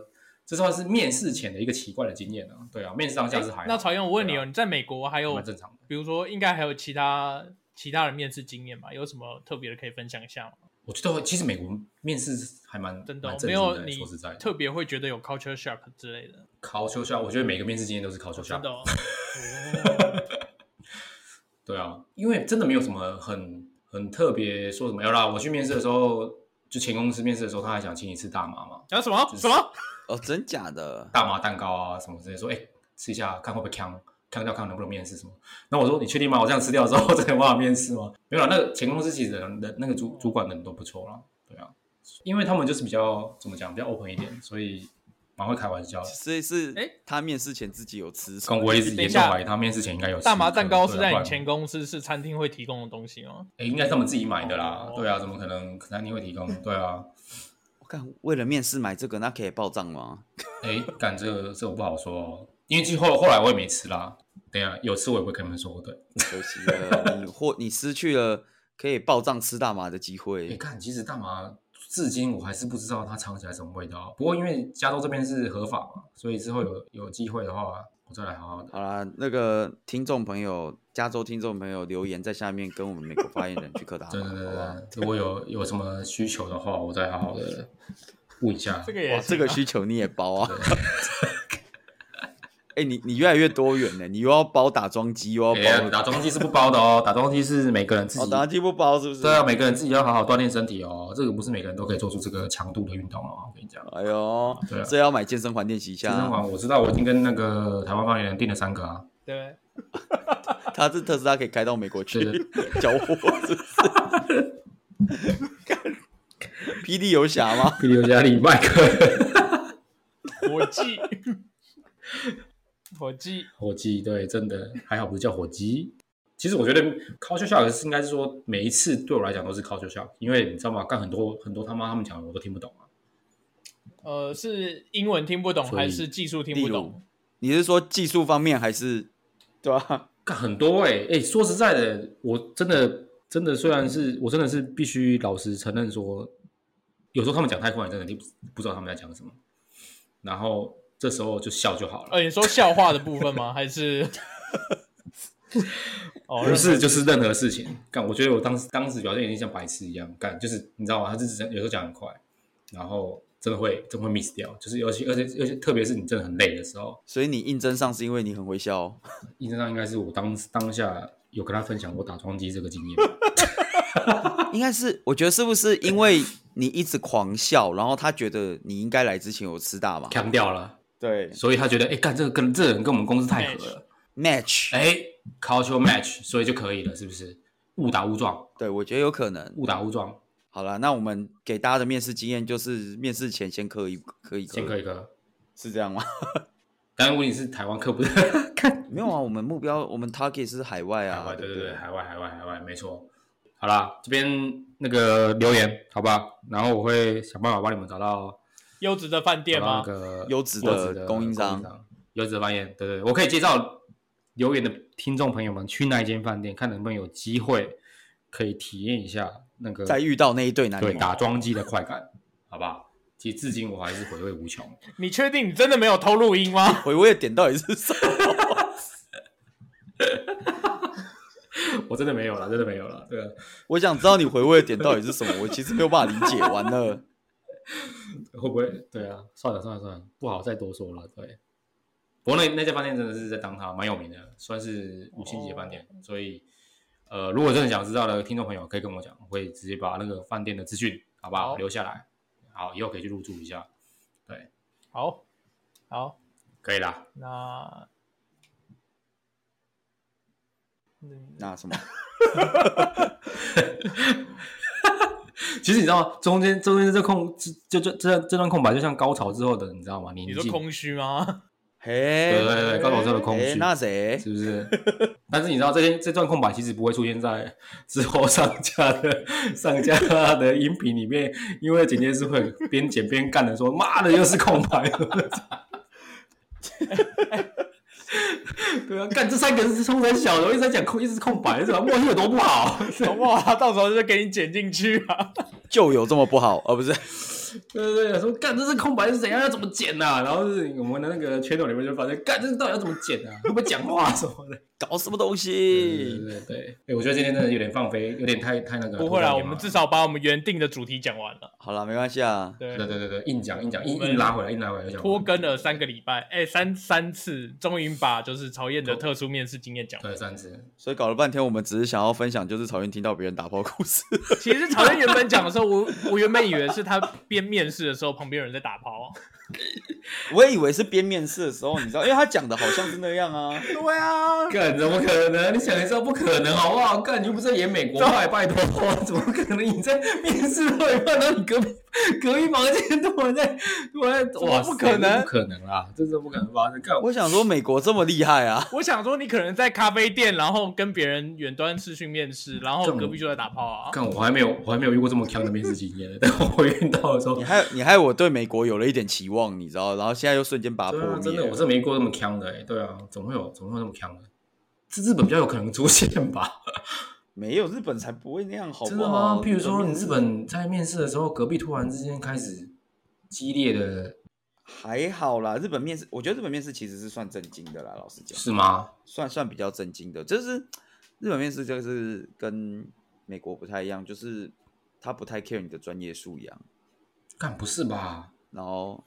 Speaker 3: 这算是面试前的一个奇怪的经验啊。对啊，面试当下是还好、
Speaker 1: 那曹勇，我问你
Speaker 3: 对
Speaker 1: 哦，
Speaker 3: 啊
Speaker 1: 你在美国还有
Speaker 3: 蛮，正常的。
Speaker 1: 比如说应该还有其他其他的面试经验吧？有什么特别的可以分享一下吗？
Speaker 3: 我觉得其实美国面试还蛮
Speaker 1: 真的哦
Speaker 3: 蛮正
Speaker 1: 没
Speaker 3: 经
Speaker 1: 有
Speaker 3: 的，
Speaker 1: 你
Speaker 3: 说实在的，
Speaker 1: 特别会觉得有 culture shock 之类的，
Speaker 3: 考秋校，我觉得每个面试经验都是考秋校
Speaker 1: 真。的哦。
Speaker 3: 对啊，因为真的没有什么很很特别说什么。要啦，我去面试的时候，就前公司面试的时候，他还想请你吃大麻嘛，
Speaker 1: 然后什 么什么？
Speaker 2: 哦，真假的？
Speaker 3: 大麻蛋糕啊什么之类，说哎、吃一下看会不会呛，呛掉看能不能面试什么。然后我说你确定吗？我这样吃掉之后真的有办法面试吗？没有啦，那个前公司其实人人那个
Speaker 1: 哦
Speaker 3: 主主管人都不错啦，对啊，因为他们就是比较怎么讲，比较 open 一点，所以蛮会开玩笑的。
Speaker 2: 所以是
Speaker 1: 诶
Speaker 2: 他面试前自己有吃什
Speaker 3: 刚
Speaker 2: 么？
Speaker 3: 我一直严
Speaker 1: 等一
Speaker 3: 重
Speaker 1: 下
Speaker 3: 怀疑他面试前应该有吃
Speaker 1: 大麻
Speaker 3: 一颗
Speaker 1: 蛋糕是
Speaker 3: 对
Speaker 1: 在
Speaker 3: 啊
Speaker 1: 你
Speaker 3: 不然
Speaker 1: 前公司是餐厅会提供的东西吗？
Speaker 3: 哎、应该是他们自己买的啦
Speaker 1: 哦，
Speaker 3: 对啊，怎么可能？可能你会提供？对啊，
Speaker 2: 我看为了面试买这个，那可以报账吗？
Speaker 3: 哎、干这个这个不好说哦，因为其实后后来我也没吃啦。等一下有吃我也不会跟你们说，对。
Speaker 2: 可惜 了，你或你失去了可以报账吃大麻的机
Speaker 3: 你
Speaker 2: 会。
Speaker 3: 看，其实大麻至今我还是不知道它尝起来什么味道。啊不过因为加州这边是合法嘛，所以之后有有机会的话，我再来好好的。
Speaker 2: 好啦，那个听众朋友，加州听众朋友留言在下面跟我们美国发言人去克大
Speaker 3: 对
Speaker 1: 啊
Speaker 2: 麻，
Speaker 3: 对对
Speaker 2: 好
Speaker 3: 对
Speaker 2: 吧？
Speaker 3: 对，如果有有什么需求的话，我再好 好的问一下。
Speaker 1: 这个也
Speaker 2: 哇，
Speaker 1: 行啊
Speaker 2: 这个需求你也包啊？ 哎、你你越来越多元呢，你又要包打桩机，又要
Speaker 3: 哎呀，
Speaker 2: 包
Speaker 3: 打桩机是不包的哦，打桩机是每个人自
Speaker 2: 哦，
Speaker 3: 己。
Speaker 2: 打桩机不包是不是？
Speaker 3: 对啊，每个人自己要好好锻炼身体哦，这个不是每个人都可以做出这个强度的运动哦。我跟你讲，
Speaker 2: 哎呦
Speaker 3: 对啊，
Speaker 2: 这要买健身环练习一
Speaker 3: 健
Speaker 2: 下
Speaker 3: 身
Speaker 2: 啊。
Speaker 3: 房我知道，我已经跟那个台湾发言人订了三个啊。
Speaker 1: 对，
Speaker 2: 他这特斯拉可以开到美国去
Speaker 3: 对对，
Speaker 2: 交货是不是？霹雳游侠吗？
Speaker 3: 比利加利麦 克
Speaker 1: 火 鸡，火鸡，
Speaker 3: 火鸡，对，真的还好不是叫火鸡。其实我觉得 culture shock 是应该是说每一次对我来讲都是 culture shock，因为你知道吗？干很多很多他妈他们讲的我都听不懂啊。
Speaker 1: 呃，是英文听不懂
Speaker 3: 所以
Speaker 1: 还是技术听
Speaker 2: 例
Speaker 1: 不
Speaker 2: 如
Speaker 1: 懂？，
Speaker 2: 你是说技术方面还是对啊吧、
Speaker 3: 干很多哎、欸、哎、说实在的，我真的真的虽然是我真的是必须老实承认说，有时候他们讲太快，真的你不知道他们在讲什么，然后这时候就笑就好了。
Speaker 1: 呃，你说笑话的部分 吗？还是？哦，
Speaker 3: 不是，就是任何事情干。我觉得我当时当时表现有点像白痴一样干，就是你知道吗？他就是有时候讲很快，然后真的会真的会 miss 掉，就是尤其而且而且特别是你真的很累的时候，
Speaker 2: 所以你应征上是因为你很会笑哦、
Speaker 3: 印证上应该是我当当下有跟他分享我打桩机这个经验。
Speaker 2: 应该是我觉得是不是因为你一直狂笑，然后他觉得你应该来之前有吃大麻？
Speaker 3: 强掉了，
Speaker 2: 对
Speaker 3: 所以他觉得，哎、干这个跟这个人跟我们公司太合了，
Speaker 2: ，match，、
Speaker 3: 哎、c u l t u r e match，所以就可以了，是不是？误打误撞，
Speaker 2: 对我觉得有可能。
Speaker 3: 误打误撞，
Speaker 2: 好了，那我们给大家的面试经验就是面试前先磕一磕一磕，
Speaker 3: 先可以个。
Speaker 2: 是这样吗？
Speaker 3: 但问题是台湾客不是看
Speaker 2: 没有啊，我们目标我们 target 是海外
Speaker 3: 海
Speaker 2: 啊，
Speaker 3: 外，对
Speaker 2: 不
Speaker 3: 对对，海外海外海外，没错。好啦，这边那个留言，好吧，然后我会想办法帮你们找到
Speaker 1: 优质的饭店
Speaker 3: 找到那
Speaker 1: 吗？
Speaker 3: 个
Speaker 2: 优质的
Speaker 3: 的
Speaker 2: 供应商
Speaker 3: 商，优质的饭店，对对，对我可以介绍留言的听众朋友们去那一间饭店，看能不能有机会可以体验一下那个
Speaker 2: 再遇到那一对男
Speaker 3: 对
Speaker 2: 女，
Speaker 3: 打桩机的快感， 好不好？其实至今我还是回味无穷。
Speaker 1: 你确定你真的没有偷录音吗？
Speaker 2: 回味的点到底是什么？
Speaker 3: 我真的没有了，真的没有了。对啊，
Speaker 2: 我想知道你回味的点到底是什么，我其实没有办法理解。完了，
Speaker 3: 会不会？对啊，算了算了算了，不好再多说了。对，不过那那家饭店真的是在当它蛮有名的，算是五星级的饭店，所以呃，如果真的想知道的听众朋友可以跟我讲，我会直接把那个饭店的资讯，好不好？
Speaker 1: 好
Speaker 3: 留下来，好，以后可以去入住一下。对，
Speaker 1: 好，好，
Speaker 3: 可以啦。
Speaker 1: 那，嗯，
Speaker 2: 那什么？
Speaker 3: 其实你知道吗？中间中间这空这这这这段空白，就像高潮之后的，你知道吗？宁
Speaker 1: 你
Speaker 3: 静。
Speaker 1: 说空虚 吗？
Speaker 2: 嘿，
Speaker 3: 对对对，高潮之后的空
Speaker 2: 哎
Speaker 3: 虚。，
Speaker 2: 那谁？
Speaker 3: 是不是？ 但是你知道，这些这段空白其实不会出现在之后上架的上架的音频里面，因为剪接师会边剪边干的说：“妈的，又是空白。” 对啊，干这三个是冲很小的，我一直在讲空，一直是空白，是吧？默契有多不好？
Speaker 1: 好不好？到时候就给你剪进去啊！
Speaker 2: 就有这么不好？哦，不是，
Speaker 3: 对对对，说干这是空白是怎样，要怎么剪呐、啊？然后是我们的那个圈头里面就发现，干这到底要怎么剪啊？会不会讲话什么的？
Speaker 2: 搞什么东
Speaker 3: 对
Speaker 2: 西？
Speaker 3: 对对，哎、我觉得今天真的有点放飞，有点太太那个。
Speaker 1: 不会啦，
Speaker 3: 头上
Speaker 1: 我
Speaker 3: 野马
Speaker 1: 们至少把我们原定的主题讲完了。
Speaker 2: 好了，没关系啊。
Speaker 1: 对
Speaker 3: 对，对对对，硬讲硬讲，硬
Speaker 1: 我们
Speaker 3: 硬拉回来，硬拉回来。
Speaker 1: 拖更了三个礼拜，哎，三三次，终于把就是曹燕的特殊面试经验讲完。
Speaker 3: 对三次，
Speaker 2: 所以搞了半天，我们只是想要分享，就是讨厌听到别人打炮故事。
Speaker 1: 其实曹燕原本讲的时候，我我原本以为是他边面试的时候旁边有人在打炮。啊
Speaker 2: 我也以为是边面试的时候，你知道，因为他讲的好像是那样 啊。
Speaker 1: 对啊，
Speaker 3: 干怎么可能？你想一下，不可能好不好？干你又不是在演美国派，拜托，怎么可能？你在面试到一半，然后你隔壁隔壁房间突然在 突然在，
Speaker 1: 么
Speaker 3: 哇塞，
Speaker 1: 不可能啊
Speaker 3: 这不可能啦，这是不可能发生。干
Speaker 2: 我想说，美国这么厉害啊？
Speaker 1: 我想说，你可能在咖啡店，然后跟别人远端视讯面试，然后隔壁就在打炮啊。
Speaker 3: 干我还没有我还没有遇过这么强的面试经验，但我遇到的时候
Speaker 2: 你，害你害我对美国有了一点期望，你知道，然后现在又瞬间把它
Speaker 3: 对
Speaker 2: 破
Speaker 3: 啊，真
Speaker 2: 灭
Speaker 3: 的，我
Speaker 2: 了。
Speaker 3: 是没遇过那么强的哎、对啊，怎么会有怎么会有那么强的？是日本比较有可能出现吧？
Speaker 2: 没有日本才不会那样，好不好？
Speaker 3: 真的吗？譬如说，
Speaker 2: 日
Speaker 3: 你
Speaker 2: 本
Speaker 3: 日本在面试的时候，隔壁突然之间开始激烈的，
Speaker 2: 还好啦，日本面试，我觉得日本面试其实是算正经的啦，老实讲，
Speaker 3: 是吗？
Speaker 2: 算算比较正经的，就是日本面试就是跟美国不太一样，就是他不太 care 你的专业素养，
Speaker 3: 干不是吧？
Speaker 2: 然后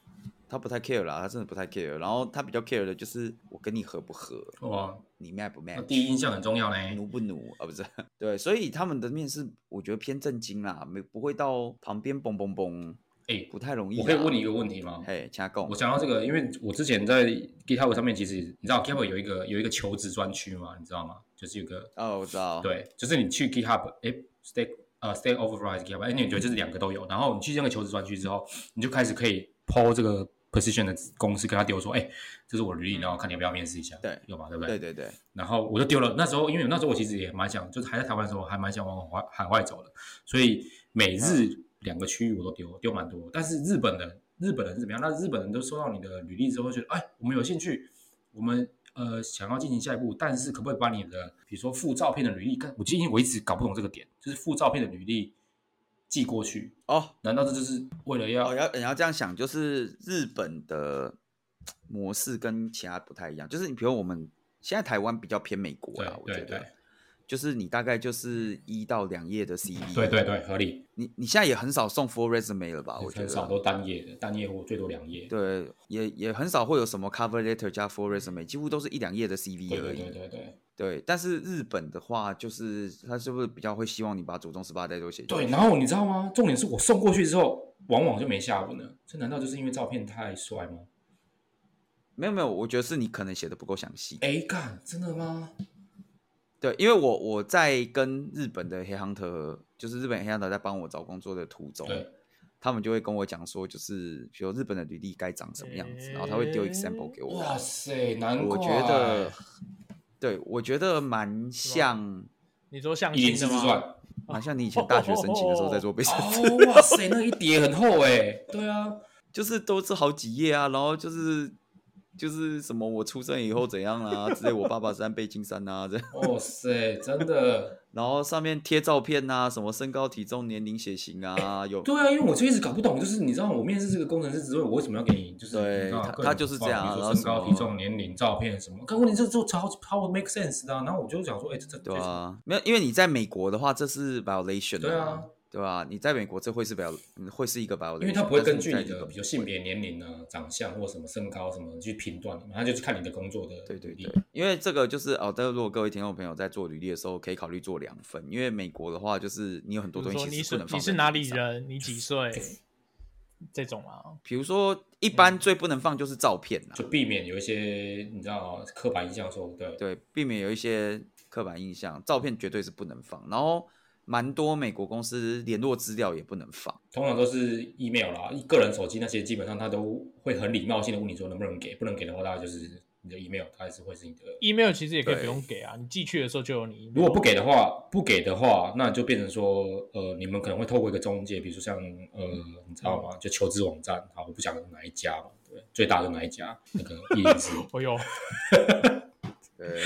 Speaker 2: 他不太 care 啦，他真的不太 care，然后他比较 care 的就是我跟你合不合，
Speaker 3: 哇，
Speaker 2: 你 match 不
Speaker 3: 那
Speaker 2: match，
Speaker 3: 哦第一印象很重要呢。
Speaker 2: 哎奴不奴啊，不是，对，所以他们的面试我觉得偏正经啦，没不会到旁边嘣嘣嘣，
Speaker 3: 哎、
Speaker 2: 不太容易。
Speaker 3: 我可以问你一，个问题吗？
Speaker 2: 啊嘿，掐供
Speaker 3: 我，想到这个，因为我之前在 GitHub 上面，其实你知道 GitHub 有一个有一个求职专区嘛，你知道吗？就是有个
Speaker 2: 哦，我知道，，
Speaker 3: 对，就是你去 GitHub，哎，Stack 呃 Stack Overflow 还是 GitHub，哎，你觉得就是两个都有，然后你去那个求职专区之后，你就开始可以 PO 这个 position 的公司跟他丢说，哎、这是我履历，然后看你要不要面试一下，
Speaker 2: 嗯对
Speaker 3: 有吧，对不
Speaker 2: 对对对，
Speaker 3: 然后我就丢了。那时候因为那时候我其实也蛮想，就是还在台湾的时候还蛮想往海海外走的，所以每日
Speaker 2: 嗯
Speaker 3: 两个区域我都丢，丢蛮多。但是日本人，日本人是怎么样？那日本人都收到你的履历之后，觉得哎，我们有兴趣，我们呃想要进行下一步，但是可不可以把你的比如说附照片的履历，看我今天我一直搞不懂这个点，就是附照片的履历寄过去，
Speaker 2: 哦
Speaker 3: 难道这就是为了要？
Speaker 2: 哦，要你要这样想，就是日本的模式跟其他不太一样，就是你比如我们现在台湾比较偏美国
Speaker 3: 对
Speaker 2: 啦，我觉
Speaker 3: 对
Speaker 2: 得
Speaker 3: 对。
Speaker 2: 就是你大概就是一到两页的 CV，
Speaker 3: 对对，对，合理。
Speaker 2: 你你现在也很少送 full resume 了吧？啊我觉
Speaker 3: 很少
Speaker 2: 得，
Speaker 3: 都单页的，单页我最多两页。
Speaker 2: 对，也也很少会有什么 cover letter 加 full resume，几乎都是一两页的 CV
Speaker 3: 对
Speaker 2: 而
Speaker 3: 对
Speaker 2: 已。
Speaker 3: 对对对。
Speaker 2: 对，但是日本的话，就是他是不是比较会希望你把祖宗十八代都写进
Speaker 3: 对，
Speaker 2: 去
Speaker 3: 然后你知道吗？重点是我送过去之后，往往就没下文了。这难道就是因为照片太帅吗？
Speaker 2: 没有没有，我觉得是你可能写的不够详细。
Speaker 3: 哎，干，真的吗？
Speaker 2: 对，因为我我在跟日本的黑 hunter，就是日本黑 hunter 在帮我找工作的途中，
Speaker 3: 对，
Speaker 2: 他们就会跟我讲说，就是比如日本的履历该长什么样子，然后他会丢 example 给我。
Speaker 3: 哇塞，难
Speaker 2: 我
Speaker 3: 怪。
Speaker 2: 觉得，对我觉得蛮像，
Speaker 1: 你说相
Speaker 3: 一零
Speaker 1: 亲
Speaker 3: 四
Speaker 1: 的吗？
Speaker 3: 自传，
Speaker 2: 蛮像你以前大学申请的时候在做背 审，
Speaker 3: 哦，哇塞，那一叠很厚哎。对啊，
Speaker 2: 就是都是好几页啊，然后就是就是什么我出生以后怎样啊之类，我爸爸是按倍晋三啊这样，
Speaker 3: 哇塞，真的。
Speaker 2: 然后上面贴照片啊，什么身高、体重、年龄、血型啊，有
Speaker 3: 对啊，因为我就一直搞不懂，就是你知道我面试这个工程师职位，我为什么要给你就是
Speaker 2: 对
Speaker 3: 你知道
Speaker 2: 他
Speaker 3: 各种
Speaker 2: 他就是这样啊
Speaker 3: 比如说
Speaker 2: 然后
Speaker 3: 身高、
Speaker 2: 什么
Speaker 3: 体重、年龄、照片什么？可问题这这超超 make sense 的啊。然后我就想说，哎，这这
Speaker 2: 对
Speaker 3: 这
Speaker 2: 啊，没有，因为你在美国的话，这是 violation，
Speaker 3: 对啊，
Speaker 2: 对吧？你在美国这会是 viol，嗯会是一个 violation，
Speaker 3: 因为他不会根
Speaker 2: 但是
Speaker 3: 据
Speaker 2: 在
Speaker 3: 你
Speaker 2: 日
Speaker 3: 的，
Speaker 2: 本
Speaker 3: 比如性别、年龄啊、长相或什么身高什么去评断你嘛，他就是看你的工作的
Speaker 2: 对对
Speaker 3: 履历
Speaker 2: 对，因为这个就是哦，但是如果各位听众朋友在做履历的时候，可以考虑做两份，因为美国的话，就是你有很
Speaker 1: 比
Speaker 2: 多
Speaker 1: 如
Speaker 2: 东
Speaker 1: 说
Speaker 2: 西
Speaker 1: 你
Speaker 2: 其实不
Speaker 1: 是
Speaker 2: 能放。
Speaker 1: 你是哪里？人，你几岁，这种啊，
Speaker 2: 比如说，一般最不能放就是照片啦，
Speaker 3: 就避免有一些你知道刻板印象说对
Speaker 2: 对，避免有一些刻板印象，照片绝对是不能放。然后，蛮多美国公司联络资料也不能放。
Speaker 3: 通常都是 email 啦，个人手机那些基本上他都会很礼貌性的问你说能不能给，不能给的话，大概就是你的 email，它还是会是你的。
Speaker 1: email 其实也可以
Speaker 2: 对
Speaker 1: 不用给啊，你寄去的时候就有你 email。
Speaker 3: 如果不给的话，不给的话，那就变成说，呃，你们可能会透过一个中介，比如说像呃，你知道吗？就求职网站，好，我不讲哪一家嘛，对，最大的哪一家，那个一零四，
Speaker 1: 哎呦，
Speaker 2: 对，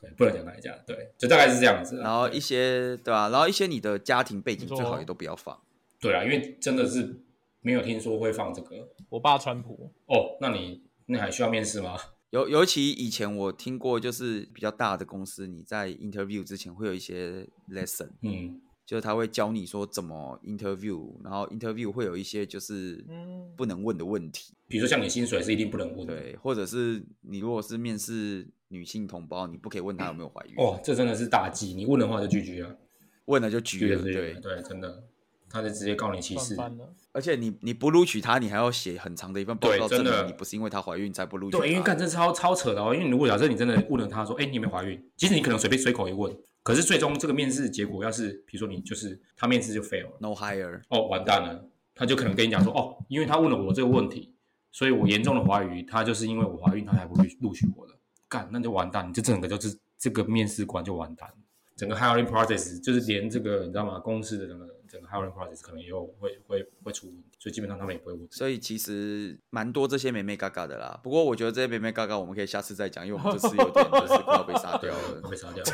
Speaker 3: 对，不能讲哪一家，对，就大概是这样子啊。
Speaker 2: 然后一些对吧、然后一些你的家庭背景最好也都不要放。
Speaker 3: 对啊，因为真的是没有听说会放这个
Speaker 1: 我爸川普，
Speaker 3: 哦。那你那还需要面试吗？
Speaker 2: 尤尤其以前我听过，就是比较大的公司，你在 interview 之前会有一些 lesson，
Speaker 3: 嗯，
Speaker 2: 就是他会教你说怎么 interview，然后 interview 会有一些就是
Speaker 1: 嗯
Speaker 2: 不能问的问题，
Speaker 3: 比如说像你薪水是一定不能问的。
Speaker 2: 对，或者是你如果是面试女性同胞，你不可以问她有没有怀孕，
Speaker 3: 哦，这真的是大忌，你问的话就拒绝啊，
Speaker 2: 问了就
Speaker 3: 拒
Speaker 2: 举
Speaker 3: 绝
Speaker 2: 了，
Speaker 3: 拒绝
Speaker 2: 对，
Speaker 3: 对，真的，他就直接告你歧视
Speaker 1: 翻。翻了，
Speaker 2: 而且你你不录取她，你还要写很长的一份报
Speaker 3: 对
Speaker 2: 告
Speaker 3: 真
Speaker 2: 证
Speaker 3: 的
Speaker 2: 明你不是因为她怀孕才不录取她，
Speaker 3: 对，因为干这超超扯的哦。因为如果假设你真的问了他说，哎，你有没有怀孕？其实你可能随便随口一问，可是最终这个面试结果要是，比如说你就是他面试就 fail 了，
Speaker 2: no higher，
Speaker 3: 哦，完蛋了，他就可能跟你讲说，哦，因为他问了我这个问题，所以我严重的怀疑他就是因为我怀孕，他才不录录取我的。干，那就完蛋，你这整个就是这个面试官就完蛋，整个 hiring process 就是连这个你知道吗？公司的整个整个 hiring process 可能也有会会会出问题，所以基本上他们也不会问。
Speaker 2: 所以其实蛮多这些美美嘎嘎的啦。不过我觉得这些美美嘎嘎我们可以下次再讲，因为我们这次有点 就是快要被杀掉了
Speaker 3: 会。被杀掉，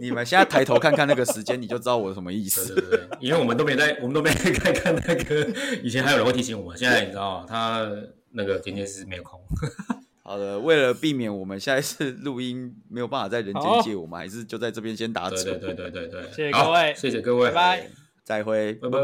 Speaker 2: 你们现在抬头看看那个时间，你就知道我什么意
Speaker 3: 对
Speaker 2: 思。
Speaker 3: 对对，对因为我们都没在，我们都没在看看那个，以前还有人会提醒我们，现在你知道吗？他那个今天是没有空，
Speaker 2: 好的，为了避免我们下一次录音没有办法在人间界，我们还是就在这边先打住。
Speaker 3: 对对对对对对，
Speaker 1: 谢谢
Speaker 3: 好
Speaker 1: 各位
Speaker 3: 谢谢各位，
Speaker 1: 拜拜。
Speaker 2: 再会，
Speaker 3: 拜拜。